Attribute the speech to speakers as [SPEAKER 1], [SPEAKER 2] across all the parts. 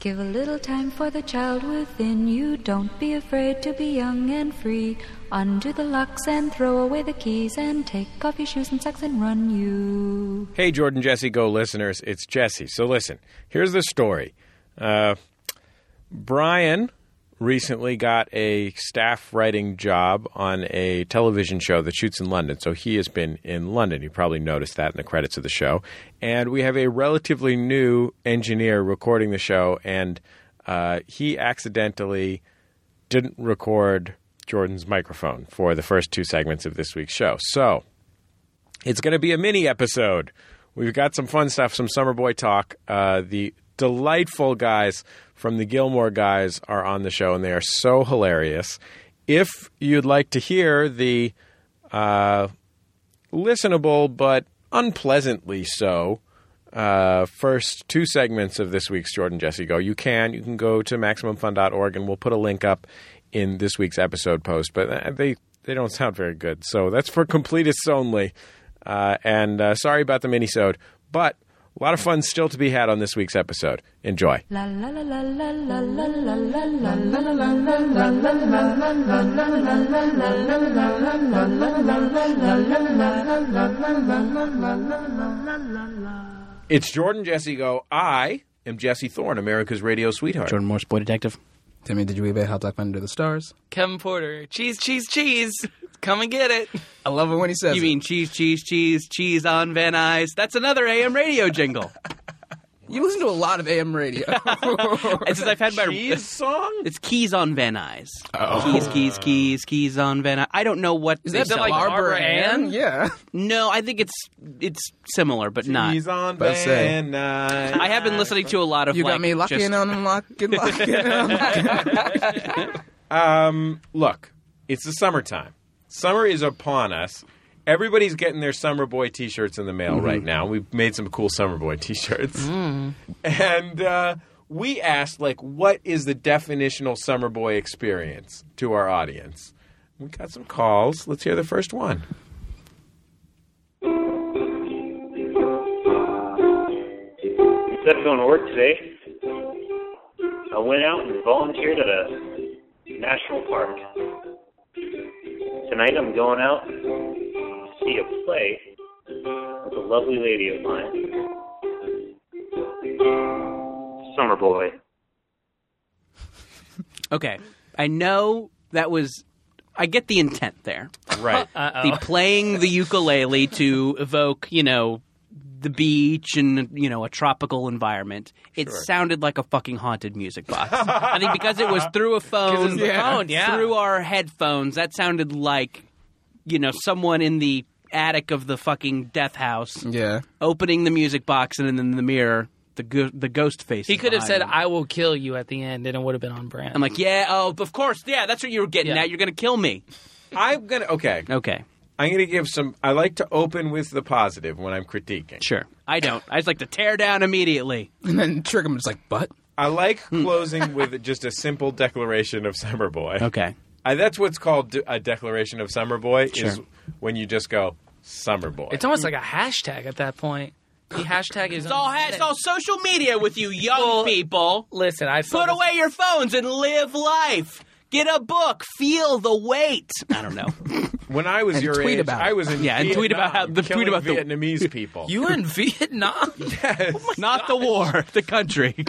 [SPEAKER 1] Give a little time for the child within you. Don't be afraid to be young and free. Undo the locks and throw away the keys and take off your shoes and socks and run you.
[SPEAKER 2] Hey, Jordan Jesse Go listeners, it's Jesse. So listen, here's the story. Uh, Brian recently got a staff writing job on a television show that shoots in London. So he has been in London. You probably noticed that in the credits of the show. And we have a relatively new engineer recording the show, and uh, he accidentally didn't record Jordan's microphone for the first two segments of this week's show. So it's going to be a mini episode. We've got some fun stuff, some summer boy talk. Uh, the delightful guys from the Gilmore guys are on the show, and they are so hilarious. If you'd like to hear the uh, listenable but unpleasantly so uh, first two segments of this week's Jordan Jesse Go, you can. You can go to MaximumFun.org, and we'll put a link up in this week's episode post. But uh, they they don't sound very good, so that's for completists only. Uh, and uh, sorry about the minisode, but a lot of fun still to be had on this week's episode. Enjoy.
[SPEAKER 1] La la la la la la la la la la.
[SPEAKER 2] It's Jordan Jesse Go. I am Jesse Thorne, America's radio sweetheart.
[SPEAKER 3] Jordan Morse, Boy Detective.
[SPEAKER 4] Timmy, did you eBay Hot Dog Under the Stars?
[SPEAKER 5] Kevin Porter, cheese, cheese, cheese. Come and get it.
[SPEAKER 4] I love it when he says
[SPEAKER 5] You
[SPEAKER 4] it.
[SPEAKER 5] mean cheese, cheese, cheese, cheese on Van Nuys? That's another AM radio jingle.
[SPEAKER 4] You listen to a lot of AM radio.
[SPEAKER 5] And since I've had my
[SPEAKER 2] Cheese song?
[SPEAKER 5] It's keys on Van Nuys. Keys, keys, keys, keys on Van Nuys. I don't know what is
[SPEAKER 4] that Barbara
[SPEAKER 5] Ann?
[SPEAKER 4] yeah.
[SPEAKER 5] No, I think it's it's similar, but not.
[SPEAKER 2] He's on
[SPEAKER 4] But say-
[SPEAKER 2] Van Nuys.
[SPEAKER 5] I have been listening to a lot of
[SPEAKER 4] You
[SPEAKER 5] like,
[SPEAKER 4] got me locking
[SPEAKER 5] just-
[SPEAKER 4] on and locking, locking on.
[SPEAKER 2] Look, it's the summertime. Summer is upon us. Everybody's getting their summer boy T-shirts in the mail right now. We've made some cool summer boy T-shirts, and uh, we asked like, what is the definitional summer boy experience to our audience? We got some calls. Let's hear the first one.
[SPEAKER 6] Instead of going to work today, I went out and volunteered at a national park. Tonight I'm going out to see a play with a lovely lady of mine. Summer boy.
[SPEAKER 5] Okay, I know that was. I get the intent there.
[SPEAKER 2] Right.
[SPEAKER 5] The playing the ukulele to evoke, you know, the beach and you know a tropical environment. It sounded like a fucking haunted music box. I think because it was through a phone,
[SPEAKER 4] the Yeah.
[SPEAKER 7] Oh,
[SPEAKER 4] phone,
[SPEAKER 5] yeah. through our headphones. That sounded like, you know, someone in the attic of the fucking death house
[SPEAKER 4] yeah.
[SPEAKER 5] opening the music box and then in the mirror the go- the ghost face.
[SPEAKER 7] He could have said,
[SPEAKER 5] I.
[SPEAKER 7] "I will kill you" at the end, and it would have been on brand.
[SPEAKER 5] I'm like, yeah, oh, of course, yeah, that's what you were getting
[SPEAKER 7] Yeah.
[SPEAKER 5] at. You're gonna kill me.
[SPEAKER 2] I'm gonna okay.
[SPEAKER 5] Okay,
[SPEAKER 2] I'm gonna give some. I like to open with the positive when I'm critiquing.
[SPEAKER 5] sure. I don't. I just like to tear down immediately.
[SPEAKER 4] And then Trigger was like, but?
[SPEAKER 2] I like closing with just a simple declaration of summer boy.
[SPEAKER 5] Okay.
[SPEAKER 2] I, that's what's called de- a declaration of summer boy is when you just go summer boy.
[SPEAKER 7] it's almost like a hashtag at that point. The hashtag is
[SPEAKER 5] It's all, it's all social media with you young people.
[SPEAKER 7] Listen, I saw
[SPEAKER 5] Put
[SPEAKER 7] this-
[SPEAKER 5] away your phones and live life. Get a book. Feel the weight. I don't know.
[SPEAKER 2] when I was
[SPEAKER 4] And
[SPEAKER 2] your
[SPEAKER 4] tweet
[SPEAKER 2] age,
[SPEAKER 4] about it.
[SPEAKER 2] I was in
[SPEAKER 5] Yeah, and tweet
[SPEAKER 2] Vietnam,
[SPEAKER 5] about how- the tweet
[SPEAKER 2] killing
[SPEAKER 5] about the-
[SPEAKER 2] Vietnamese people.
[SPEAKER 7] You in Vietnam?
[SPEAKER 5] Not the war, the country.
[SPEAKER 4] He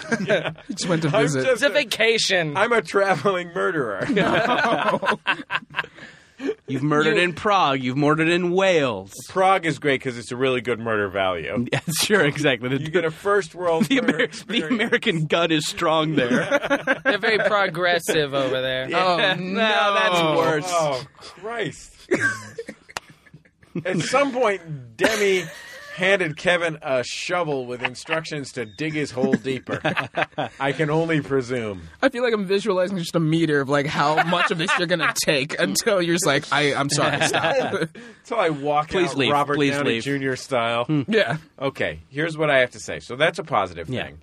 [SPEAKER 4] just went to
[SPEAKER 2] I'm
[SPEAKER 4] visit.
[SPEAKER 2] just
[SPEAKER 7] It's a vacation.
[SPEAKER 2] I'm a traveling murderer.
[SPEAKER 5] You've murdered in Prague. You've murdered in Wales.
[SPEAKER 2] Prague is great because it's a really good murder value.
[SPEAKER 5] Yeah, sure, exactly. The,
[SPEAKER 2] You get a first world
[SPEAKER 5] the,
[SPEAKER 2] murder
[SPEAKER 5] Amer- the
[SPEAKER 2] experience.
[SPEAKER 5] American gun is strong there.
[SPEAKER 7] They're very progressive over there.
[SPEAKER 4] Oh,
[SPEAKER 5] no, that's worse.
[SPEAKER 2] Oh Christ! At some point, Demi handed Kevin a shovel with instructions to dig his hole deeper. I can only presume.
[SPEAKER 4] I feel like I'm visualizing just a meter of like how much of this you're going to take until you're just like, I, I'm sorry, stop.
[SPEAKER 2] Until I walk
[SPEAKER 5] Please
[SPEAKER 2] out
[SPEAKER 5] leave.
[SPEAKER 2] Robert
[SPEAKER 5] Please
[SPEAKER 2] Downey
[SPEAKER 5] leave. Hmm.
[SPEAKER 2] Jr. style.
[SPEAKER 4] yeah.
[SPEAKER 2] Okay, here's what I have to say. So that's a positive
[SPEAKER 5] Yeah.
[SPEAKER 2] thing.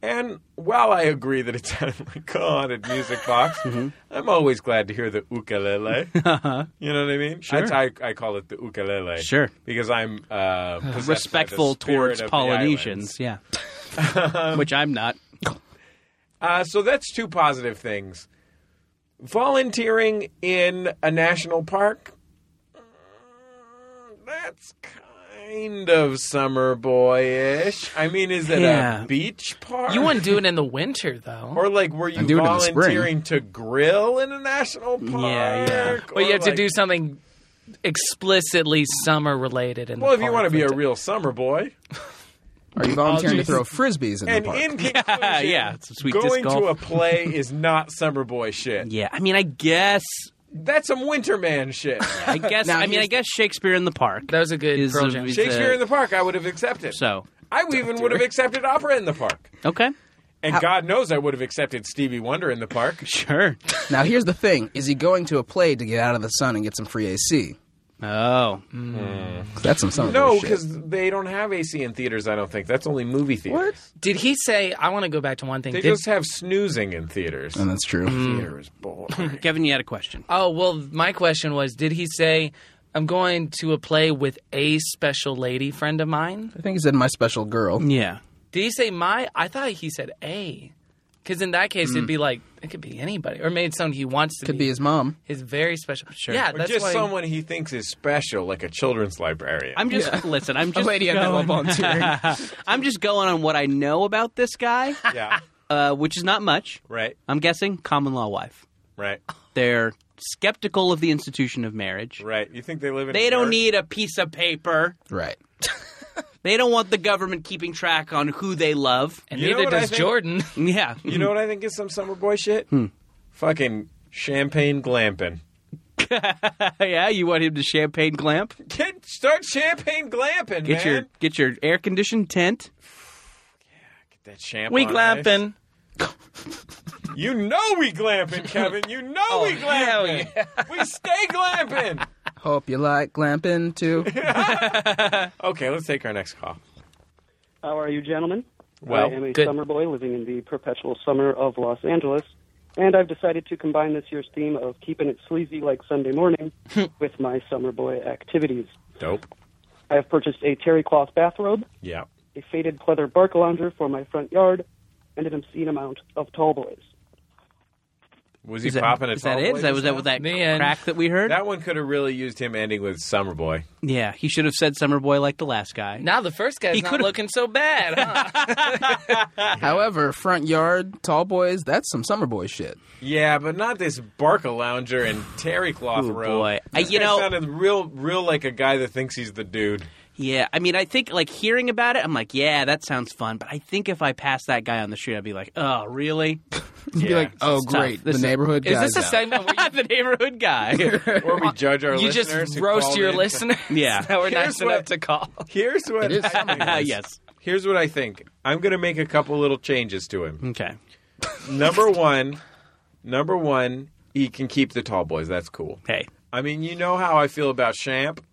[SPEAKER 2] And while I agree that it sounded like a haunted music box,
[SPEAKER 5] Mm-hmm.
[SPEAKER 2] I'm always glad to hear the ukulele. You know what I mean? Sure. I, I call it the ukulele.
[SPEAKER 5] Uh-huh. Sure.
[SPEAKER 2] Because I'm uh, possessed by the
[SPEAKER 5] respectful
[SPEAKER 2] spirit
[SPEAKER 5] towards
[SPEAKER 2] of the islands.
[SPEAKER 5] Polynesians, yeah. Which I'm not.
[SPEAKER 2] Uh, so that's two positive things. Volunteering in a national park. uh, That's kind of summer boyish. I mean, is it
[SPEAKER 5] Yeah.
[SPEAKER 2] a beach park?
[SPEAKER 7] You wouldn't do it in the winter, though.
[SPEAKER 2] Or like, were you
[SPEAKER 4] do it in the spring.
[SPEAKER 2] volunteering to grill in a national park?
[SPEAKER 5] Yeah, yeah.
[SPEAKER 7] but you
[SPEAKER 2] Or
[SPEAKER 7] have to
[SPEAKER 2] like-
[SPEAKER 7] do something explicitly summer related. In the
[SPEAKER 2] Well, if you
[SPEAKER 7] park
[SPEAKER 2] want to be a
[SPEAKER 7] with it.
[SPEAKER 2] real summer boy,
[SPEAKER 4] Are you volunteering to throw frisbees in
[SPEAKER 2] and
[SPEAKER 4] the park?
[SPEAKER 2] in conclusion,
[SPEAKER 5] yeah, some sweet disc
[SPEAKER 2] going to a
[SPEAKER 5] golf.
[SPEAKER 2] play is not summer boy shit.
[SPEAKER 5] Yeah, I mean, I guess,
[SPEAKER 2] That's some winter man shit.
[SPEAKER 5] I guess,
[SPEAKER 4] Now
[SPEAKER 5] I mean, I
[SPEAKER 4] here's-
[SPEAKER 5] guess Shakespeare in the Park.
[SPEAKER 7] That was a good
[SPEAKER 5] Is
[SPEAKER 7] Pearl
[SPEAKER 5] a-
[SPEAKER 7] Jam.
[SPEAKER 5] is-
[SPEAKER 2] Shakespeare in the park, I would have accepted.
[SPEAKER 5] So
[SPEAKER 2] I even would have accepted opera in the park.
[SPEAKER 5] okay,
[SPEAKER 2] And God knows I would have accepted Stevie Wonder in the park.
[SPEAKER 5] sure.
[SPEAKER 4] Now, here's the thing: is he going to a play to get out of the sun and get some free AC?
[SPEAKER 5] Oh,
[SPEAKER 4] 'Cause That's some summer.
[SPEAKER 2] No,
[SPEAKER 4] bullshit.
[SPEAKER 2] because they don't have AC in theaters, I don't think. That's only movie theaters.
[SPEAKER 7] Did he say? I want to go back to one thing.
[SPEAKER 2] They
[SPEAKER 7] Did-
[SPEAKER 2] just have snoozing in theaters.
[SPEAKER 4] and that's true.
[SPEAKER 2] Theater is boring.
[SPEAKER 5] Kevin, you had a question.
[SPEAKER 7] oh well, my question was: Did he say? I'm going to a play with a special lady friend of mine.
[SPEAKER 4] I think he said my special girl.
[SPEAKER 5] Yeah,
[SPEAKER 7] Did he say my? I thought he said a, because in that case it'd be like it could be anybody, or maybe it's someone he wants to
[SPEAKER 4] Could be his mom.
[SPEAKER 7] His very special. Sure. Yeah,
[SPEAKER 2] Or
[SPEAKER 7] that's
[SPEAKER 2] just
[SPEAKER 7] why-
[SPEAKER 2] someone he thinks is special, like a children's librarian.
[SPEAKER 5] I'm just listen. I'm just
[SPEAKER 4] lady I've been
[SPEAKER 5] going,
[SPEAKER 4] volunteering.
[SPEAKER 5] I'm just going on what I know about this guy,
[SPEAKER 2] yeah.
[SPEAKER 5] uh, which is not much.
[SPEAKER 2] Right,
[SPEAKER 5] I'm guessing common law wife.
[SPEAKER 2] right,
[SPEAKER 5] They're skeptical of the institution of marriage.
[SPEAKER 2] right. You think they live in
[SPEAKER 5] They don't
[SPEAKER 2] America?
[SPEAKER 5] need a piece of paper.
[SPEAKER 4] Right.
[SPEAKER 5] They don't want the government keeping track on who they love.
[SPEAKER 7] And
[SPEAKER 2] You know
[SPEAKER 7] neither
[SPEAKER 2] what I
[SPEAKER 7] does
[SPEAKER 2] think?
[SPEAKER 7] Jordan.
[SPEAKER 5] Yeah.
[SPEAKER 2] You know what I think is some summer boy shit? Fucking champagne glamping.
[SPEAKER 5] yeah, you want him to champagne glamp?
[SPEAKER 2] Get start champagne glamping,
[SPEAKER 5] Get
[SPEAKER 2] man.
[SPEAKER 5] your get your air conditioned tent.
[SPEAKER 2] Get that eh? champagne.
[SPEAKER 7] we glamping.
[SPEAKER 2] You know we glamping, Kevin. You know we
[SPEAKER 7] hell
[SPEAKER 2] glamping. We stay glamping.
[SPEAKER 4] Hope you like glamping too.
[SPEAKER 2] Okay, let's take our next call.
[SPEAKER 3] How are you, gentlemen?
[SPEAKER 2] Well,
[SPEAKER 3] I am a
[SPEAKER 7] good.
[SPEAKER 3] summer boy living in the perpetual summer of Los Angeles, and I've decided to combine this year's theme of keeping it sleazy like Sunday morning with my summer boy activities.
[SPEAKER 2] Dope.
[SPEAKER 3] I have purchased a terry cloth bathrobe,
[SPEAKER 2] Yeah.
[SPEAKER 3] a faded pleather bark lounger for my front yard, and an obscene amount of tall boys.
[SPEAKER 2] Was he
[SPEAKER 5] Is that,
[SPEAKER 2] popping a
[SPEAKER 5] is that
[SPEAKER 2] tall
[SPEAKER 5] it?
[SPEAKER 2] boy
[SPEAKER 5] Is that,
[SPEAKER 2] just
[SPEAKER 5] was that
[SPEAKER 2] now?
[SPEAKER 5] was that
[SPEAKER 7] The end.
[SPEAKER 5] crack that we heard?
[SPEAKER 2] That one could have really used him ending with summer boy.
[SPEAKER 5] yeah, he should have said summer boy like the last guy.
[SPEAKER 7] Now the first guy's
[SPEAKER 5] He
[SPEAKER 7] not
[SPEAKER 5] could've-
[SPEAKER 7] looking so bad. Huh?
[SPEAKER 4] However, front yard, tall boys, that's some summer boy shit.
[SPEAKER 2] Yeah, but not this Barca lounger and terry cloth
[SPEAKER 5] Ooh,
[SPEAKER 2] robe.
[SPEAKER 5] boy. Uh,
[SPEAKER 2] This
[SPEAKER 5] you
[SPEAKER 2] guy
[SPEAKER 5] know-
[SPEAKER 2] sounded real, real like a guy that thinks he's the dude.
[SPEAKER 5] Yeah, I mean, I think like hearing about it, I'm like, yeah, that sounds fun. But I think if I passed that guy on the street, I'd be like, oh, really?
[SPEAKER 4] You'd be
[SPEAKER 2] Yeah.
[SPEAKER 4] like, oh
[SPEAKER 5] tough.
[SPEAKER 4] great,
[SPEAKER 5] This
[SPEAKER 4] the
[SPEAKER 5] is-
[SPEAKER 4] neighborhood
[SPEAKER 7] Is
[SPEAKER 4] guys.
[SPEAKER 7] this a
[SPEAKER 4] out.
[SPEAKER 7] segment where you,
[SPEAKER 5] the neighborhood guy.
[SPEAKER 2] Or we judge our
[SPEAKER 7] you
[SPEAKER 2] listeners.
[SPEAKER 7] just
[SPEAKER 2] who
[SPEAKER 7] roast
[SPEAKER 2] called
[SPEAKER 7] your
[SPEAKER 2] in.
[SPEAKER 7] listeners?
[SPEAKER 5] Yeah.
[SPEAKER 7] that were
[SPEAKER 2] Here's
[SPEAKER 7] nice
[SPEAKER 2] what-
[SPEAKER 7] enough to call.
[SPEAKER 2] Here's what
[SPEAKER 4] is
[SPEAKER 2] I think.
[SPEAKER 5] Uh, yes.
[SPEAKER 2] Here's what I think. I'm going to make a couple little changes to him.
[SPEAKER 5] Okay.
[SPEAKER 2] number one, number one, he can keep the tall boys. That's cool.
[SPEAKER 5] Hey.
[SPEAKER 2] I mean, you know how I feel about Champ.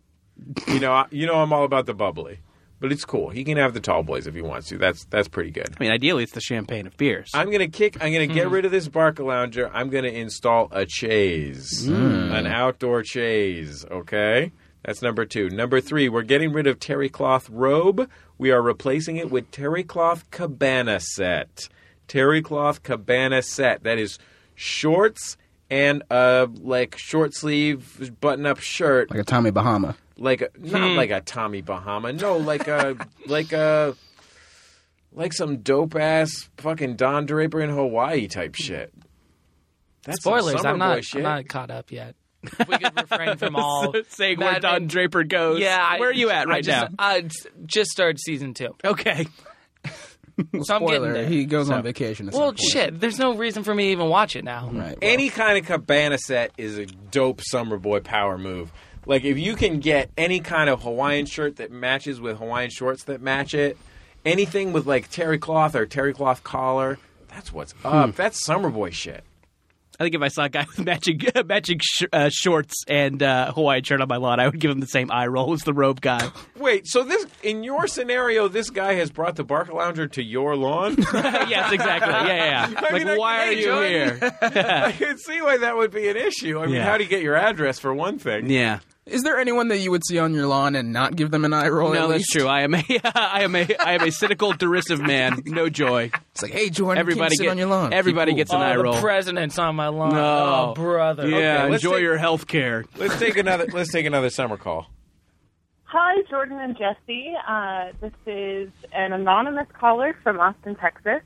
[SPEAKER 2] You know, I, you know I'm all about the bubbly, but it's cool. He can have the tall boys if he wants to. That's that's pretty good.
[SPEAKER 5] I mean, ideally, it's the champagne of beers.
[SPEAKER 2] I'm gonna kick. I'm gonna get rid of this Barca lounger. I'm gonna install a chaise, an outdoor chaise. Okay, that's number two. Number three, we're getting rid of terry cloth robe. We are replacing it with terry cloth cabana set. Terry cloth cabana set. That is shorts and a like short sleeve button up shirt,
[SPEAKER 4] like a Tommy Bahama?
[SPEAKER 2] like a, not
[SPEAKER 7] Hmm.
[SPEAKER 2] like a Tommy Bahama. No, like a like a like some dope ass fucking Don Draper in Hawaii type shit. That's some
[SPEAKER 7] Spoilers.
[SPEAKER 2] summer
[SPEAKER 7] I'm
[SPEAKER 2] boy
[SPEAKER 7] not.
[SPEAKER 2] shit.
[SPEAKER 7] I'm not caught up yet. If we could refrain from all
[SPEAKER 5] saying where
[SPEAKER 7] Mad
[SPEAKER 5] Don
[SPEAKER 7] Men-
[SPEAKER 5] Draper goes.
[SPEAKER 7] Yeah, I-
[SPEAKER 5] Where are you at
[SPEAKER 7] I
[SPEAKER 5] right
[SPEAKER 7] just,
[SPEAKER 5] now?
[SPEAKER 7] I s- just started season two.
[SPEAKER 5] Okay.
[SPEAKER 7] So I'm getting
[SPEAKER 4] Spoiler,
[SPEAKER 7] there.
[SPEAKER 4] He goes on vacation. At some
[SPEAKER 7] Well,
[SPEAKER 4] point.
[SPEAKER 7] shit. There's no reason for me to even watch it now.
[SPEAKER 4] Right. well,
[SPEAKER 2] Any kind of cabana set is a dope summer boy power move. Like if you can get any kind of Hawaiian shirt that matches with Hawaiian shorts that match it, anything with like terry cloth or terry cloth collar, that's what's up.
[SPEAKER 7] Hmm.
[SPEAKER 2] That's summer boy shit.
[SPEAKER 5] I think if I saw a guy with matching matching sh- uh, shorts and uh, Hawaiian shirt on my lawn, I would give him the same eye roll as the robe guy.
[SPEAKER 2] Wait, so this in your scenario, this guy has brought the Bark Lounger to your lawn?
[SPEAKER 5] yes, exactly. Yeah, yeah. yeah.
[SPEAKER 2] I
[SPEAKER 5] like,
[SPEAKER 2] mean, I-
[SPEAKER 5] why
[SPEAKER 2] hey,
[SPEAKER 5] are you
[SPEAKER 2] John.
[SPEAKER 5] here?
[SPEAKER 2] I can see why that would be an issue. I mean,
[SPEAKER 5] Yeah.
[SPEAKER 2] how do you get your address for one thing?
[SPEAKER 5] yeah.
[SPEAKER 4] Is there anyone that you would see on your lawn and not give them an eye roll?
[SPEAKER 5] No,
[SPEAKER 4] at
[SPEAKER 5] that's
[SPEAKER 4] least?
[SPEAKER 5] true. I am a, I am a, I am a cynical, derisive man. No joy.
[SPEAKER 4] It's like, hey, Jordan,
[SPEAKER 5] Everybody
[SPEAKER 4] can
[SPEAKER 5] get-
[SPEAKER 4] on your lawn.
[SPEAKER 2] everybody
[SPEAKER 4] Be
[SPEAKER 2] gets an
[SPEAKER 7] oh,
[SPEAKER 2] eye
[SPEAKER 7] the
[SPEAKER 2] roll.
[SPEAKER 7] president's on my lawn.
[SPEAKER 5] No.
[SPEAKER 7] Oh, brother.
[SPEAKER 5] Yeah,
[SPEAKER 2] let's
[SPEAKER 5] enjoy
[SPEAKER 2] take-
[SPEAKER 5] your health care.
[SPEAKER 2] Let's take another. let's take another summer call.
[SPEAKER 8] Hi, Jordan and Jesse. Uh, this is an anonymous caller from Austin, Texas.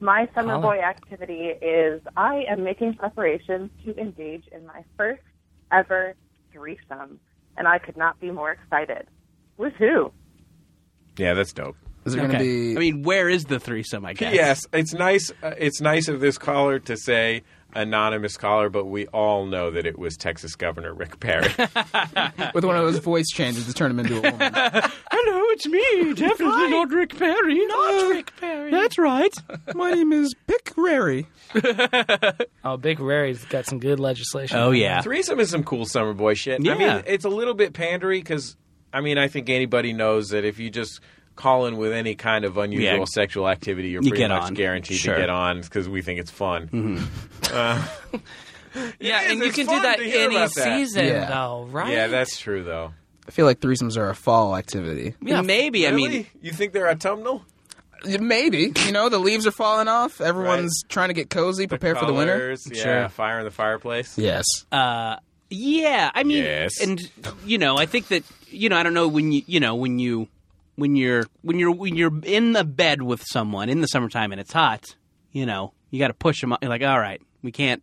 [SPEAKER 8] My summer
[SPEAKER 7] Holla.
[SPEAKER 8] boy activity is I am making preparations to engage in my first ever threesome, and I could not be more excited. Woohoo!
[SPEAKER 2] Yeah, that's dope.
[SPEAKER 4] Is there going to
[SPEAKER 5] Okay.
[SPEAKER 4] be?
[SPEAKER 5] I mean, where is the threesome? I guess.
[SPEAKER 2] Yes, it's nice. Uh, it's nice of this caller to say anonymous caller, but we all know that it was Texas Governor Rick Perry.
[SPEAKER 4] with one of those voice changes to turn him into a woman.
[SPEAKER 5] Hello, it's me. Definitely not Rick Perry. Not Rick Perry. That's right.
[SPEAKER 4] My name is Pick Rary.
[SPEAKER 7] Oh, Big Rary's got some good legislation.
[SPEAKER 5] Oh yeah.
[SPEAKER 2] Threesome is some cool summer boy shit. I mean,
[SPEAKER 5] Yeah.
[SPEAKER 2] it's a little bit pandery because I mean, I think anybody knows that if you just call in with any kind of unusual
[SPEAKER 5] Yeah.
[SPEAKER 2] sexual activity, you're
[SPEAKER 5] You
[SPEAKER 2] pretty
[SPEAKER 5] get
[SPEAKER 2] much
[SPEAKER 5] on.
[SPEAKER 2] guaranteed
[SPEAKER 5] Sure. Mm-hmm.
[SPEAKER 2] to get on because we think it's fun.
[SPEAKER 7] yeah,
[SPEAKER 2] is,
[SPEAKER 7] and you
[SPEAKER 2] it's
[SPEAKER 7] can
[SPEAKER 2] fun
[SPEAKER 7] do that
[SPEAKER 2] to hear
[SPEAKER 7] any
[SPEAKER 2] about that.
[SPEAKER 7] season,
[SPEAKER 4] Yeah.
[SPEAKER 7] though, right?
[SPEAKER 2] Yeah, that's true though.
[SPEAKER 4] I feel like threesomes are a fall activity.
[SPEAKER 5] Yeah, Maybe. I mean,
[SPEAKER 2] Really? you think they're autumnal?
[SPEAKER 4] Maybe you know the leaves are falling off. Everyone's trying to get cozy, prepare for the winter.
[SPEAKER 2] Colors, Yeah,
[SPEAKER 5] Sure.
[SPEAKER 2] fire in the fireplace.
[SPEAKER 4] Yes.
[SPEAKER 5] Uh, Yeah, I mean,
[SPEAKER 2] Yes.
[SPEAKER 5] and you know, I think that you know, I don't know when you you know when you when you're when you're when you're in the bed with someone in the summertime and it's hot, you know, you got to push them. Up. You're like, all right, we can't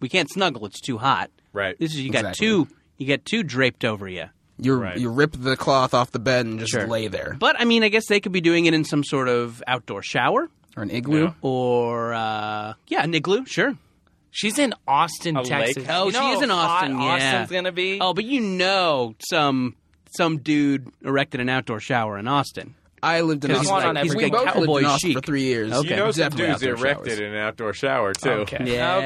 [SPEAKER 5] we can't snuggle; it's too hot.
[SPEAKER 2] Right.
[SPEAKER 5] This is you got
[SPEAKER 4] Exactly.
[SPEAKER 5] two you got two draped over you.
[SPEAKER 4] you
[SPEAKER 2] Right.
[SPEAKER 4] you rip the cloth off the bed and just lay there
[SPEAKER 5] But I mean, I guess they could be doing it in some sort of outdoor shower
[SPEAKER 4] or an igloo.
[SPEAKER 5] or uh, yeah, an igloo, sure.
[SPEAKER 7] She's in Austin,
[SPEAKER 5] A
[SPEAKER 7] Texas.
[SPEAKER 5] lake? Oh,
[SPEAKER 7] You know
[SPEAKER 5] she is in
[SPEAKER 7] how hot
[SPEAKER 5] Austin, yeah.
[SPEAKER 7] Austin's gonna be.
[SPEAKER 5] Oh, but you know, some some dude erected an outdoor shower in Austin.
[SPEAKER 4] I lived in
[SPEAKER 7] 'Cause
[SPEAKER 4] Austin.
[SPEAKER 7] he's one on every
[SPEAKER 4] we both
[SPEAKER 7] big
[SPEAKER 4] lived
[SPEAKER 5] cowboy
[SPEAKER 4] in Austin
[SPEAKER 5] chic.
[SPEAKER 4] for three years.
[SPEAKER 5] Okay.
[SPEAKER 2] You know some
[SPEAKER 4] Definitely
[SPEAKER 2] dudes
[SPEAKER 4] outdoor
[SPEAKER 2] erected
[SPEAKER 4] showers.
[SPEAKER 2] in an outdoor shower too.
[SPEAKER 7] okay.
[SPEAKER 5] Yeah,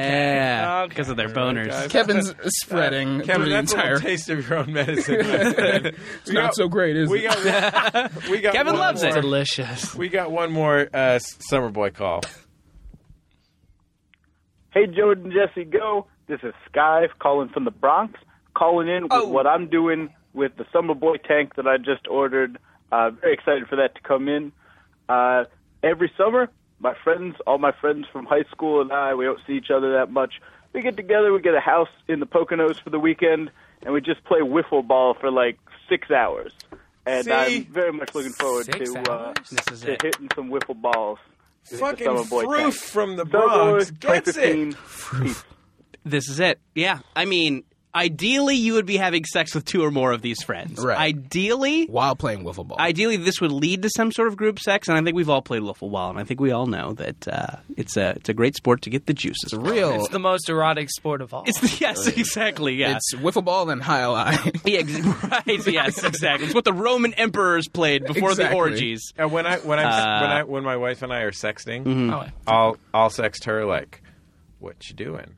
[SPEAKER 7] Okay.
[SPEAKER 5] because of their boners.
[SPEAKER 4] Kevin's spreading through
[SPEAKER 2] Kevin,
[SPEAKER 4] the
[SPEAKER 2] that's a
[SPEAKER 4] entire.
[SPEAKER 2] little taste of your own medicine. it's
[SPEAKER 4] not so great, is
[SPEAKER 2] we
[SPEAKER 4] it?
[SPEAKER 2] Got, we got
[SPEAKER 5] Kevin
[SPEAKER 2] one
[SPEAKER 5] loves
[SPEAKER 2] more-
[SPEAKER 5] it.
[SPEAKER 7] Delicious.
[SPEAKER 2] We got one more uh, s- summer boy call.
[SPEAKER 9] Hey, Jordan, Jesse, go. This is Sky calling from the Bronx, calling in with what I'm doing with the Summer Boy tank that I just ordered. Uh, very excited for that to come in. Uh, every summer, my friends, all my friends from high school and I, we don't see each other that much. We get together, we get a house in the Poconos for the weekend, and we just play wiffle ball for like six hours. And
[SPEAKER 2] See?
[SPEAKER 9] I'm very much looking forward
[SPEAKER 7] Six
[SPEAKER 9] to, uh,
[SPEAKER 7] hours? This is
[SPEAKER 9] to
[SPEAKER 7] it.
[SPEAKER 9] hitting some wiffle balls. with the
[SPEAKER 2] Fucking
[SPEAKER 9] Summer Boy
[SPEAKER 2] Froof
[SPEAKER 9] tank.
[SPEAKER 2] from the
[SPEAKER 9] Summer
[SPEAKER 2] Bronx
[SPEAKER 9] Boy,
[SPEAKER 2] gets it.
[SPEAKER 9] 2015. Peace.
[SPEAKER 5] This is it. Yeah, I mean, ideally, you would be having sex with two or more of these friends.
[SPEAKER 4] Right.
[SPEAKER 5] Ideally,
[SPEAKER 4] While playing wiffle ball.
[SPEAKER 5] ideally, this would lead to some sort of group sex, and I think we've all played wiffle ball, and I think we all know that uh, it's a it's a great sport to get the
[SPEAKER 4] it's
[SPEAKER 5] juices.
[SPEAKER 4] real.
[SPEAKER 7] It's the most erotic sport of all.
[SPEAKER 5] It's the, yes, exactly. Yeah.
[SPEAKER 4] It's wiffle ball and high lie.
[SPEAKER 5] yeah, ex- right. Yes, exactly. It's what the Roman emperors played before the
[SPEAKER 4] Exactly.
[SPEAKER 5] orgies.
[SPEAKER 2] And when I when I when
[SPEAKER 4] Uh,
[SPEAKER 2] I when my wife and I are sexting,
[SPEAKER 4] mm-hmm.
[SPEAKER 7] Oh,
[SPEAKER 2] I'll I'll sext her like, "What you doing?"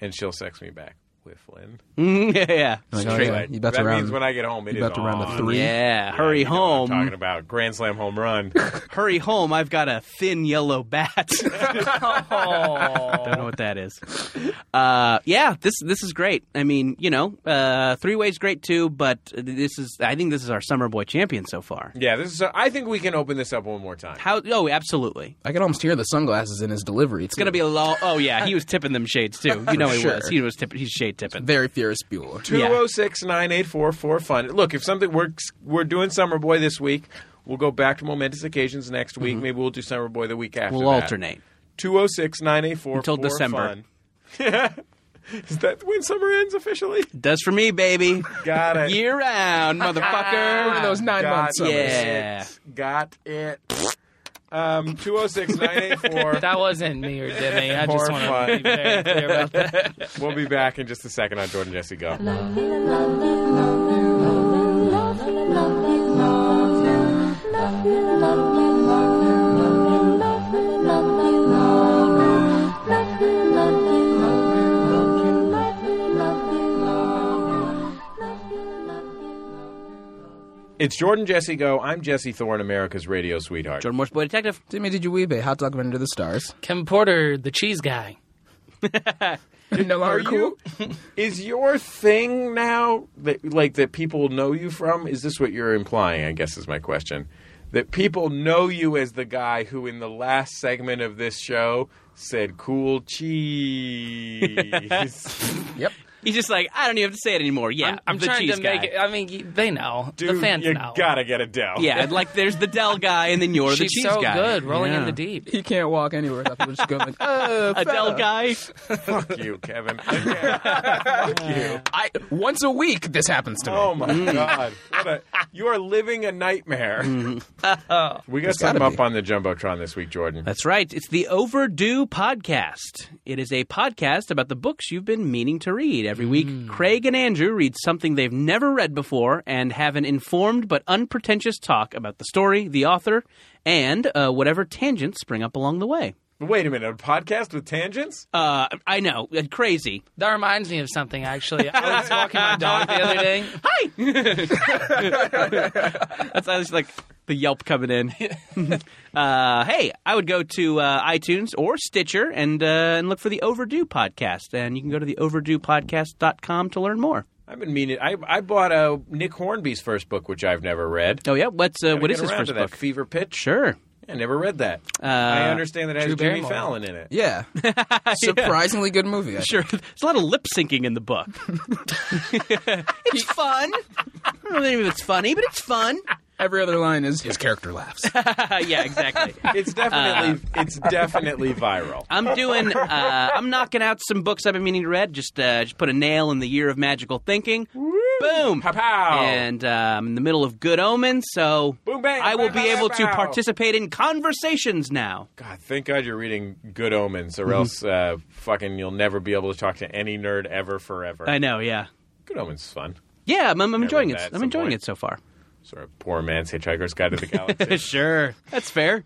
[SPEAKER 2] And she'll sext me back, "Whiffling."
[SPEAKER 5] yeah, yeah.
[SPEAKER 4] Like, oh, yeah, you about
[SPEAKER 2] that
[SPEAKER 4] to round,
[SPEAKER 2] means when I get home, it
[SPEAKER 4] you
[SPEAKER 2] is
[SPEAKER 4] about to round
[SPEAKER 2] on.
[SPEAKER 4] a three.
[SPEAKER 5] Yeah, hurry
[SPEAKER 2] You know what I'm
[SPEAKER 5] home.
[SPEAKER 2] talking about grand slam home run.
[SPEAKER 5] Hurry home. I've got a thin yellow bat. Don't know what that is. Uh, yeah, this this is great. I mean, you know, uh, three ways great too, but this is I think this is our summer boy champion so far.
[SPEAKER 2] yeah, this is. I think we can open this up one more time.
[SPEAKER 5] How? Oh, absolutely.
[SPEAKER 4] I can almost hear the sunglasses in his delivery. It's
[SPEAKER 5] Gonna be a long. Oh yeah, he was tipping them shades too. You know he
[SPEAKER 4] Sure.
[SPEAKER 5] was. He was tipping. He's shade tipping.
[SPEAKER 4] very furious Bueller.
[SPEAKER 5] Yeah.
[SPEAKER 2] 206 9844 fun. Look, if something works, we're doing Summer Boy this week. We'll go back to momentous occasions next week. Maybe we'll do Summer Boy the week after.
[SPEAKER 5] Mm-hmm. We'll alternate.
[SPEAKER 2] 206 984
[SPEAKER 5] Until December.
[SPEAKER 2] Is that when summer ends officially?
[SPEAKER 5] Does for me, baby.
[SPEAKER 2] Got it.
[SPEAKER 5] Year round,
[SPEAKER 4] Over
[SPEAKER 5] motherfucker.
[SPEAKER 4] those nine
[SPEAKER 2] Got
[SPEAKER 4] months. summers.
[SPEAKER 5] yeah.
[SPEAKER 2] it. Got it. Um, 206 984.
[SPEAKER 7] that wasn't me or Demi. I
[SPEAKER 2] More
[SPEAKER 7] just want
[SPEAKER 2] fun.
[SPEAKER 7] to be very clear about that.
[SPEAKER 2] We'll be back in just a second on Jordan Jesse Go. It's Jordan Jesse Go. I'm Jesse Thorne, America's radio sweetheart.
[SPEAKER 5] Jordan Morse, boy detective.
[SPEAKER 4] Timmy, did you weeb a hot dog vendor to the stars?
[SPEAKER 7] Kim Porter, the cheese guy.
[SPEAKER 4] no longer cool.
[SPEAKER 2] Is your thing now that like that people know you from? Is this what you're implying? I guess is my question. That people know you as the guy who, in the last segment of this show, said "cool cheese."
[SPEAKER 4] Yep.
[SPEAKER 5] He's just like, I don't even have to say it anymore. Yeah,
[SPEAKER 7] I'm, I'm
[SPEAKER 5] the
[SPEAKER 7] trying
[SPEAKER 5] cheese
[SPEAKER 7] to
[SPEAKER 5] guy.
[SPEAKER 7] make it. I mean, y- they know.
[SPEAKER 2] Dude,
[SPEAKER 7] the fans
[SPEAKER 2] you
[SPEAKER 7] know.
[SPEAKER 2] gotta get Adele.
[SPEAKER 5] Yeah, like there's the Dell guy, and then you're the
[SPEAKER 7] She's
[SPEAKER 5] cheese
[SPEAKER 7] so
[SPEAKER 5] guy.
[SPEAKER 7] good, rolling in
[SPEAKER 5] Yeah.
[SPEAKER 7] the deep.
[SPEAKER 4] He can't walk anywhere without people just going like, uh,
[SPEAKER 5] Adele guy.
[SPEAKER 2] fuck you, Kevin. I can't.
[SPEAKER 4] I, once a week, this happens to me.
[SPEAKER 2] Oh my god! What a, you are living a nightmare. we got something
[SPEAKER 4] Mm-hmm. gotta
[SPEAKER 2] up
[SPEAKER 4] be. Uh,
[SPEAKER 2] on the jumbotron this week, Jordan.
[SPEAKER 5] That's right. It's the Overdue Podcast. It is a podcast about the books you've been meaning to read. Every week,
[SPEAKER 7] Hmm.
[SPEAKER 5] Craig and Andrew read something they've never read before and have an informed but unpretentious talk about the story, the author, and uh, whatever tangents spring up along the way.
[SPEAKER 2] Wait a minute, a podcast with tangents?
[SPEAKER 5] Uh, I know, uh, crazy.
[SPEAKER 7] That reminds me of something, actually. I was walking my dog the other day.
[SPEAKER 5] Hi! That's always like the Yelp coming in. uh, hey, I would go to uh, iTunes or Stitcher and, uh, and look for the Overdue Podcast. And you can go to the overduepodcast.com to learn more.
[SPEAKER 2] I've been meaning. I I bought uh, Nick Hornby's first book, which I've never read.
[SPEAKER 5] Oh, yeah. What's, uh,
[SPEAKER 2] Gotta
[SPEAKER 5] what is
[SPEAKER 2] get
[SPEAKER 5] his
[SPEAKER 2] around
[SPEAKER 5] first
[SPEAKER 2] to that
[SPEAKER 5] book? Uh,
[SPEAKER 2] Fever Pitch.
[SPEAKER 5] Sure.
[SPEAKER 2] I never read that. I understand that it has
[SPEAKER 7] Drew
[SPEAKER 2] Jimmy
[SPEAKER 7] Barrymore.
[SPEAKER 2] Fallon in it.
[SPEAKER 4] Yeah. Surprisingly good movie. I think.
[SPEAKER 5] Sure. There's a lot of lip syncing in the book. it's fun. I don't know if it's funny, but it's fun.
[SPEAKER 4] Every other line is his character laughs.
[SPEAKER 5] Uh, yeah, Uh, exactly.
[SPEAKER 2] It's definitely it's definitely viral.
[SPEAKER 5] I'm doing. Uh, I'm knocking out some books I've been meaning to read. Just, uh, just put a nail in the year of magical thinking. Boom.
[SPEAKER 2] Pow pow.
[SPEAKER 5] And uh, I'm in the middle of Good Omens, so
[SPEAKER 2] Boom, bang,
[SPEAKER 5] I will
[SPEAKER 2] bang,
[SPEAKER 5] be
[SPEAKER 2] bang,
[SPEAKER 5] able to
[SPEAKER 2] pow.
[SPEAKER 5] participate in conversations now.
[SPEAKER 2] God, thank God you're reading Good Omens,
[SPEAKER 5] Mm-hmm.
[SPEAKER 2] or else uh, fucking you'll never be able to talk to any nerd ever forever.
[SPEAKER 5] I know. Yeah.
[SPEAKER 2] Good Omens is fun.
[SPEAKER 5] Yeah, I'm, I'm enjoying it.
[SPEAKER 2] that at
[SPEAKER 5] I'm
[SPEAKER 2] some
[SPEAKER 5] enjoying
[SPEAKER 2] point.
[SPEAKER 5] it so far.
[SPEAKER 2] Sort of poor man's Hitchhiker's Guide to the Galaxy.
[SPEAKER 5] sure, that's fair.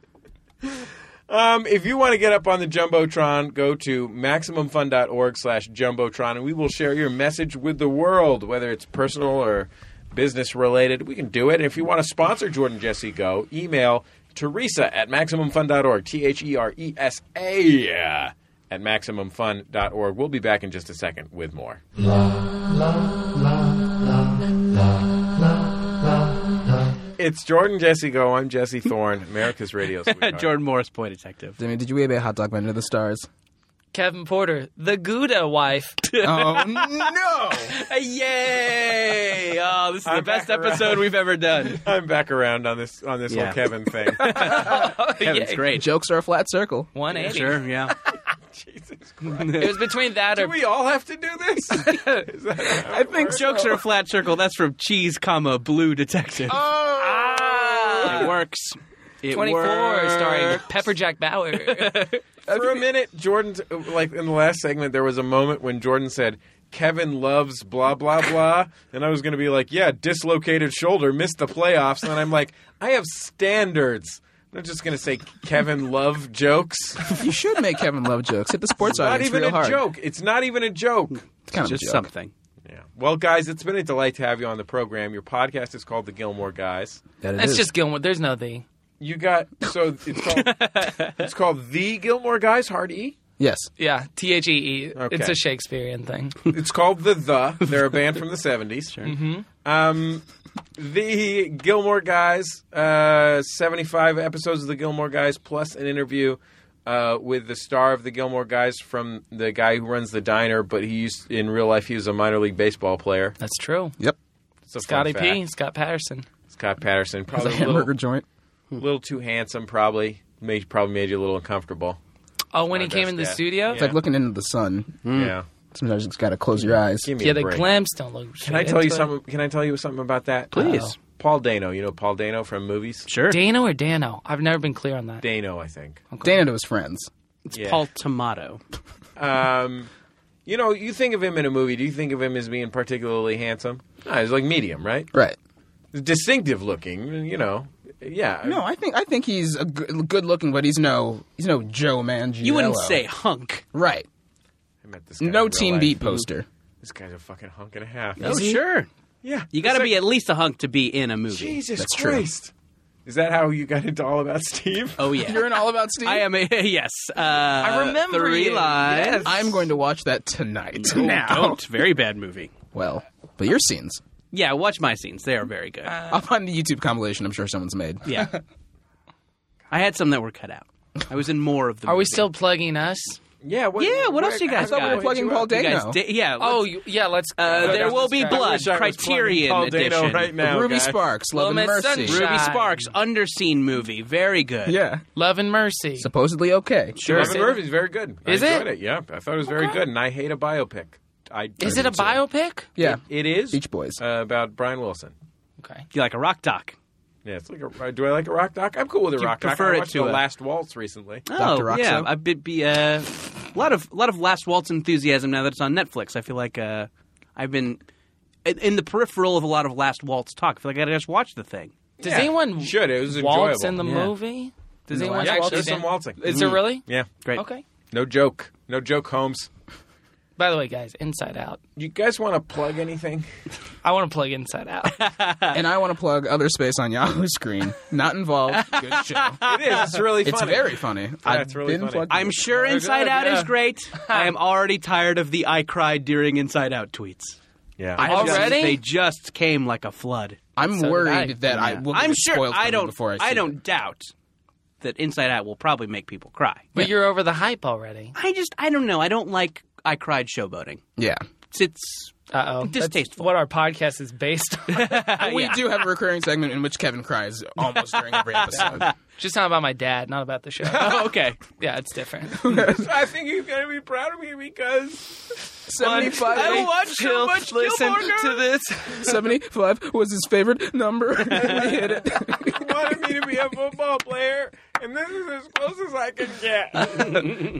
[SPEAKER 2] Um, if you want to get up on the Jumbotron, go to MaximumFun.org slash Jumbotron, and we will share your message with the world, whether it's personal or business related. We can do it. And if you want to sponsor Jordan Jesse Go, email Teresa at MaximumFun.org, E T-H-E-R-E-S-A uh, at MaximumFun.org. We'll be back in just a second with more. It's Jordan Jesse Go. I'm Jesse Thorne, America's radio sweetheart.
[SPEAKER 5] Jordan Morris, boy detective.
[SPEAKER 4] Jimmy, did you eat a hot dog man under the stars?
[SPEAKER 7] Kevin Porter, the Gouda wife.
[SPEAKER 4] Oh no!
[SPEAKER 5] Yay! Oh, this is the
[SPEAKER 2] I'm
[SPEAKER 5] best
[SPEAKER 2] back around.
[SPEAKER 5] episode we've ever done.
[SPEAKER 2] I'm back around on this on this
[SPEAKER 5] Yeah.
[SPEAKER 2] whole Kevin thing.
[SPEAKER 5] Kevin's great.
[SPEAKER 4] Jokes are a flat circle.
[SPEAKER 7] 180.
[SPEAKER 5] Sure. Yeah.
[SPEAKER 2] Jesus,
[SPEAKER 7] It was between that
[SPEAKER 2] do
[SPEAKER 7] or
[SPEAKER 2] we all have to do this? Is that how it works?
[SPEAKER 5] Jokes are a flat circle. That's from Cheese, comma Blue Detective.
[SPEAKER 2] Oh!
[SPEAKER 5] It works. It
[SPEAKER 7] 24,
[SPEAKER 5] works.
[SPEAKER 7] starring Pepper Jack Bauer.
[SPEAKER 2] for a minute. Jordan's like in the last segment, there was a moment when Jordan said. Kevin loves blah blah blah, and I was going to be like, "Yeah, dislocated shoulder, missed the playoffs." And I'm like, "I have standards. I'm not just going to say Kevin love jokes.
[SPEAKER 4] You should make Kevin Love jokes. Hit the sports
[SPEAKER 2] not
[SPEAKER 4] audience
[SPEAKER 2] even
[SPEAKER 4] real
[SPEAKER 2] a
[SPEAKER 4] hard.
[SPEAKER 2] joke. It's not even a joke.
[SPEAKER 4] It's kind of
[SPEAKER 5] Just
[SPEAKER 4] a joke.
[SPEAKER 5] something.
[SPEAKER 2] Yeah. Well, guys, it's been a delight to have you on the program. Your podcast is called The Gilmore Guys.
[SPEAKER 4] That it
[SPEAKER 7] That's
[SPEAKER 4] is.
[SPEAKER 7] just Gilmore. There's no thee.
[SPEAKER 2] You got so it's called it's called The Gilmore Guys Hard E.
[SPEAKER 4] yes.
[SPEAKER 7] Yeah, T H E E.
[SPEAKER 2] Okay.
[SPEAKER 7] It's a Shakespearean thing.
[SPEAKER 2] It's called the The. They're a band from the seventies.
[SPEAKER 7] Mm-hmm.
[SPEAKER 2] Um, the Gilmore Guys, uh, seventy-five episodes of the Gilmore Guys, plus an interview uh, with the star of the Gilmore Guys from the guy who runs the diner, but he used in real life he was a minor league baseball player.
[SPEAKER 7] That's true.
[SPEAKER 4] Yep.
[SPEAKER 2] It's a fun
[SPEAKER 7] Scotty P.
[SPEAKER 2] fact.
[SPEAKER 7] Scott Patterson.
[SPEAKER 2] Scott Patterson,
[SPEAKER 4] It's a
[SPEAKER 2] probably a
[SPEAKER 4] hamburger
[SPEAKER 2] little,
[SPEAKER 4] joint.
[SPEAKER 2] little too handsome, probably made probably made you a little uncomfortable.
[SPEAKER 7] Oh, when
[SPEAKER 2] my
[SPEAKER 7] he came
[SPEAKER 2] best
[SPEAKER 7] in the
[SPEAKER 2] guess.
[SPEAKER 7] studio?
[SPEAKER 4] It's like looking into the sun.
[SPEAKER 2] Yeah,
[SPEAKER 4] Sometimes you just gotta close your eyes.
[SPEAKER 2] give me
[SPEAKER 7] Yeah,
[SPEAKER 2] a
[SPEAKER 7] the
[SPEAKER 2] break.
[SPEAKER 7] glimpse don't look.
[SPEAKER 2] Can I tell you something? Can I tell you something about that?
[SPEAKER 5] Please.
[SPEAKER 2] Uh, Paul Dano. You know Paul Dano from movies.
[SPEAKER 5] Sure.
[SPEAKER 7] Dano or Dano? I've never been clear on that.
[SPEAKER 2] Dano, I think.
[SPEAKER 4] Dana to his friends.
[SPEAKER 5] It's
[SPEAKER 2] Yeah.
[SPEAKER 5] Paul Tomato.
[SPEAKER 2] Um, you know, you think of him in a movie. Do you think of him as being particularly handsome? No, he's like medium, right?
[SPEAKER 4] Right.
[SPEAKER 2] Distinctive looking. You know. Yeah.
[SPEAKER 4] No, I think I think he's a good, good looking, but he's no he's no Joe Mangiello.
[SPEAKER 5] You wouldn't say hunk.
[SPEAKER 4] right.
[SPEAKER 2] I met this guy in
[SPEAKER 4] No
[SPEAKER 2] real
[SPEAKER 4] team
[SPEAKER 2] life.
[SPEAKER 4] beat poster.
[SPEAKER 2] This guy's a fucking hunk and a half.
[SPEAKER 5] sure.
[SPEAKER 2] Yeah.
[SPEAKER 5] You got to
[SPEAKER 2] Oh, It's
[SPEAKER 5] be
[SPEAKER 2] like-
[SPEAKER 5] at least a hunk to be in a movie.
[SPEAKER 2] Jesus
[SPEAKER 4] That's true.
[SPEAKER 2] Christ. Is that how you got into All About Steve?
[SPEAKER 5] Oh yeah,
[SPEAKER 4] You're in all about Steve.
[SPEAKER 5] I am a yes. Uh, I
[SPEAKER 7] remember
[SPEAKER 5] three
[SPEAKER 7] you.
[SPEAKER 5] lives.
[SPEAKER 4] I'm going to watch that tonight.
[SPEAKER 5] Oh,
[SPEAKER 4] now,
[SPEAKER 5] Don't. Very bad movie.
[SPEAKER 4] well, but your scenes
[SPEAKER 5] Yeah, watch my scenes. They are very good.
[SPEAKER 4] I'll find the YouTube compilation. I'm sure someone's made.
[SPEAKER 5] yeah. I had some that were cut out. I was in more of the.
[SPEAKER 7] Are we
[SPEAKER 5] movie.
[SPEAKER 7] still plugging us?
[SPEAKER 2] Yeah. What,
[SPEAKER 5] Yeah, what else you guys
[SPEAKER 2] I thought
[SPEAKER 5] got?
[SPEAKER 2] we were plugging Paul
[SPEAKER 5] You
[SPEAKER 2] Dano.
[SPEAKER 5] guys did- yeah.
[SPEAKER 7] Oh,
[SPEAKER 5] Oh,
[SPEAKER 7] you, yeah. Let's.
[SPEAKER 5] uh, there
[SPEAKER 7] that's
[SPEAKER 5] will
[SPEAKER 7] the
[SPEAKER 5] be
[SPEAKER 7] sky.
[SPEAKER 2] I
[SPEAKER 5] blood.
[SPEAKER 2] wish I was plugging
[SPEAKER 5] Criterion
[SPEAKER 2] Paul Dano
[SPEAKER 5] edition.
[SPEAKER 2] right now,
[SPEAKER 4] Ruby
[SPEAKER 2] guys.
[SPEAKER 4] Sparks, Love,
[SPEAKER 7] Love
[SPEAKER 4] and
[SPEAKER 7] and
[SPEAKER 4] Mercy.
[SPEAKER 7] Sunshine.
[SPEAKER 5] Ruby
[SPEAKER 7] Shine.
[SPEAKER 5] Sparks underseen movie. Very good.
[SPEAKER 4] Yeah,
[SPEAKER 7] Love and Mercy.
[SPEAKER 4] supposedly okay.
[SPEAKER 7] Sure.
[SPEAKER 2] Robin Murphy's very good.
[SPEAKER 7] Is
[SPEAKER 2] I
[SPEAKER 7] it?
[SPEAKER 2] enjoyed it? Yeah, I thought it was very good, and I hate a biopic. I
[SPEAKER 7] Is it a biopic?
[SPEAKER 4] Yeah,
[SPEAKER 2] It is
[SPEAKER 4] Beach Boys.
[SPEAKER 2] uh, about Brian Wilson.
[SPEAKER 7] Okay.
[SPEAKER 5] You like a rock doc?
[SPEAKER 2] Yeah, it's like a. uh, Do I like a rock doc? I'm cool with a rock doc.
[SPEAKER 5] prefer
[SPEAKER 2] I
[SPEAKER 5] it
[SPEAKER 2] watched
[SPEAKER 5] to
[SPEAKER 2] the
[SPEAKER 5] a-
[SPEAKER 2] Last Waltz recently.
[SPEAKER 5] Oh,
[SPEAKER 4] Roxo?
[SPEAKER 5] yeah. I'd be, be uh, a lot of lot of Last Waltz enthusiasm now that it's on Netflix. I feel like uh, I've been in, in the peripheral of a lot of Last Waltz talk. I feel like I just watched the thing.
[SPEAKER 7] Does
[SPEAKER 2] Yeah,
[SPEAKER 7] anyone
[SPEAKER 2] you should. It was
[SPEAKER 7] waltz
[SPEAKER 2] enjoyable.
[SPEAKER 7] in the
[SPEAKER 5] Yeah.
[SPEAKER 7] movie? Does anyone
[SPEAKER 2] Yeah,
[SPEAKER 7] waltz?
[SPEAKER 2] there's some
[SPEAKER 7] in-
[SPEAKER 2] waltzing.
[SPEAKER 7] Is there really?
[SPEAKER 2] Mm. Yeah,
[SPEAKER 5] Great.
[SPEAKER 7] Okay.
[SPEAKER 2] no joke, no joke, Holmes.
[SPEAKER 7] By the way, guys, Inside Out.
[SPEAKER 2] You guys want to plug anything?
[SPEAKER 7] I want to plug Inside Out.
[SPEAKER 4] and I want to plug Other Space on Yahoo Screen. Not involved. Good show.
[SPEAKER 2] It is. It's really
[SPEAKER 4] It's
[SPEAKER 2] funny.
[SPEAKER 4] very funny. I've
[SPEAKER 2] it's really
[SPEAKER 4] been
[SPEAKER 2] funny.
[SPEAKER 4] plugged-
[SPEAKER 5] I'm sure
[SPEAKER 2] Oh,
[SPEAKER 5] Inside
[SPEAKER 2] God,
[SPEAKER 5] Out
[SPEAKER 2] yeah.
[SPEAKER 5] is great. I am already tired of the I cried during Inside Out tweets.
[SPEAKER 2] Yeah.
[SPEAKER 7] Already?
[SPEAKER 5] They just came like a flood.
[SPEAKER 4] I'm
[SPEAKER 7] did
[SPEAKER 4] worried
[SPEAKER 7] I.
[SPEAKER 4] that I will.
[SPEAKER 5] I'm
[SPEAKER 4] get
[SPEAKER 5] sure
[SPEAKER 4] spoiled for
[SPEAKER 5] I
[SPEAKER 4] me
[SPEAKER 5] don't
[SPEAKER 4] Before I, see
[SPEAKER 5] I
[SPEAKER 4] it.
[SPEAKER 5] don't doubt that Inside Out will probably make people cry.
[SPEAKER 7] but you're over the hype already.
[SPEAKER 5] I just I don't know. I don't like I cried showboating.
[SPEAKER 4] Yeah.
[SPEAKER 5] It's, it's
[SPEAKER 7] Uh oh.
[SPEAKER 5] Distasteful.
[SPEAKER 7] What our podcast is based on.
[SPEAKER 2] Uh,
[SPEAKER 4] We do have a recurring segment in which Kevin cries almost during every episode.
[SPEAKER 7] Just not about my dad, not about the show.
[SPEAKER 5] oh, okay.
[SPEAKER 7] yeah, it's different.
[SPEAKER 2] I think you're gonna be proud of me because
[SPEAKER 4] 75,
[SPEAKER 5] I watch so
[SPEAKER 7] Still
[SPEAKER 5] much
[SPEAKER 7] listen
[SPEAKER 5] Gilmore
[SPEAKER 7] to
[SPEAKER 5] Girls.
[SPEAKER 7] this.
[SPEAKER 4] 75 was his favorite number. we hit it.
[SPEAKER 2] you wanted me to be a football player, and this is as close as I can get.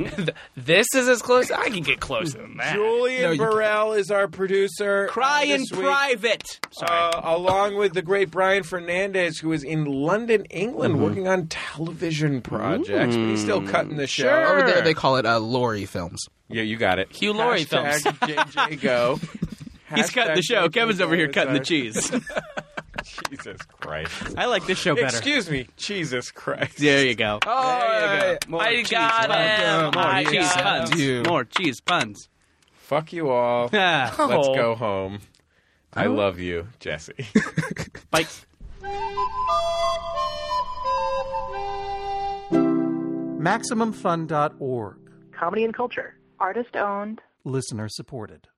[SPEAKER 7] This is as close. I can get closer than that.
[SPEAKER 2] Julian
[SPEAKER 4] you
[SPEAKER 2] Burrell is our producer.
[SPEAKER 5] Cry
[SPEAKER 2] uh,
[SPEAKER 5] in
[SPEAKER 2] this week,
[SPEAKER 5] private. Sorry.
[SPEAKER 2] Uh, along with the great Brian Fernandez, who is in London, England, working on television projects, but he's still cutting the show.
[SPEAKER 4] Over there, they call it uh, Lorry Films.
[SPEAKER 2] Yeah, you got it.
[SPEAKER 7] Hugh Laurie
[SPEAKER 2] Hashtag
[SPEAKER 7] films.
[SPEAKER 2] JJ Go.
[SPEAKER 5] He's cutting the show.
[SPEAKER 2] Hashtag
[SPEAKER 5] Kevin's
[SPEAKER 2] JJ
[SPEAKER 5] over here
[SPEAKER 2] is
[SPEAKER 5] cutting the
[SPEAKER 2] our-
[SPEAKER 5] cheese.
[SPEAKER 2] Jesus Christ.
[SPEAKER 5] I like this show better.
[SPEAKER 2] Excuse Oh, me. Jesus Christ.
[SPEAKER 5] there you go.
[SPEAKER 4] There you
[SPEAKER 5] More
[SPEAKER 7] I
[SPEAKER 5] cheese
[SPEAKER 7] got
[SPEAKER 5] puns.
[SPEAKER 7] him.
[SPEAKER 5] More
[SPEAKER 7] I
[SPEAKER 5] cheese
[SPEAKER 7] got
[SPEAKER 5] puns.
[SPEAKER 4] him.
[SPEAKER 5] More cheese puns.
[SPEAKER 2] Fuck you all.
[SPEAKER 5] Ah,
[SPEAKER 2] Let's
[SPEAKER 7] Oh.
[SPEAKER 2] go home. I love you, Jesse.
[SPEAKER 5] bye.
[SPEAKER 10] MaximumFun.org.
[SPEAKER 8] Comedy and culture. Artist owned.
[SPEAKER 10] Listener supported.